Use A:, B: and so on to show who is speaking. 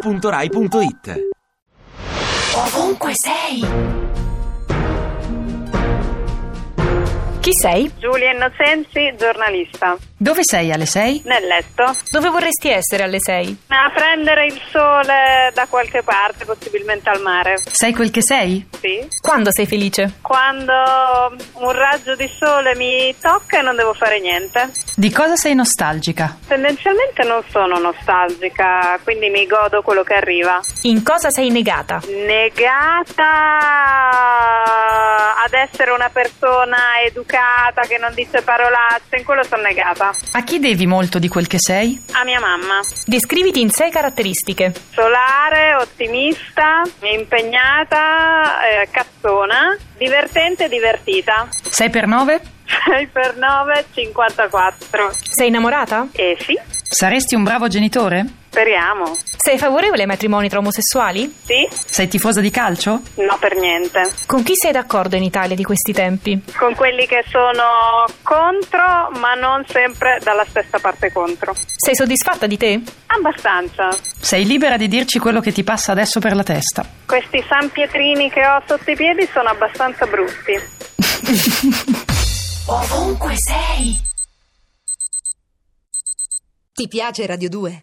A: radio2pod.rai.it
B: Ovunque sei. Chi sei?
C: Giulia Innocenzi, giornalista.
B: Dove sei alle 6?
C: Nel letto.
B: Dove vorresti essere alle 6?
C: A prendere il sole da qualche parte, possibilmente al mare.
B: Sei quel che sei?
C: Sì.
B: Quando sei felice?
C: Quando un raggio di sole mi tocca e non devo fare niente.
B: Di cosa sei nostalgica?
C: Tendenzialmente non sono nostalgica, quindi mi godo quello che arriva.
B: In cosa sei negata?
C: Negata ad essere una persona educata che non dice parolacce, in quello sono negata.
B: A chi devi molto di quel che sei?
C: A mia mamma.
B: Descriviti in sei caratteristiche.
C: solare, ottimista, impegnata, eh, cazzona, divertente e divertita.
B: 6 per 9?
C: 6 per 9, 54.
B: Sei innamorata?
C: Eh sì,
D: Saresti un bravo genitore?
C: speriamo.
B: Sei favorevole ai matrimoni tra omosessuali?
C: Sì?
D: Sei tifosa di calcio?
C: No per niente.
B: Con chi sei d'accordo in Italia di questi tempi?
C: Con quelli che sono contro, ma non sempre dalla stessa parte contro.
B: Sei soddisfatta di te?
C: Abbastanza.
D: Sei libera di dirci quello che ti passa adesso per la testa.
C: Questi San Pietrini che ho sotto i piedi sono abbastanza brutti.
E: Ti piace Radio 2?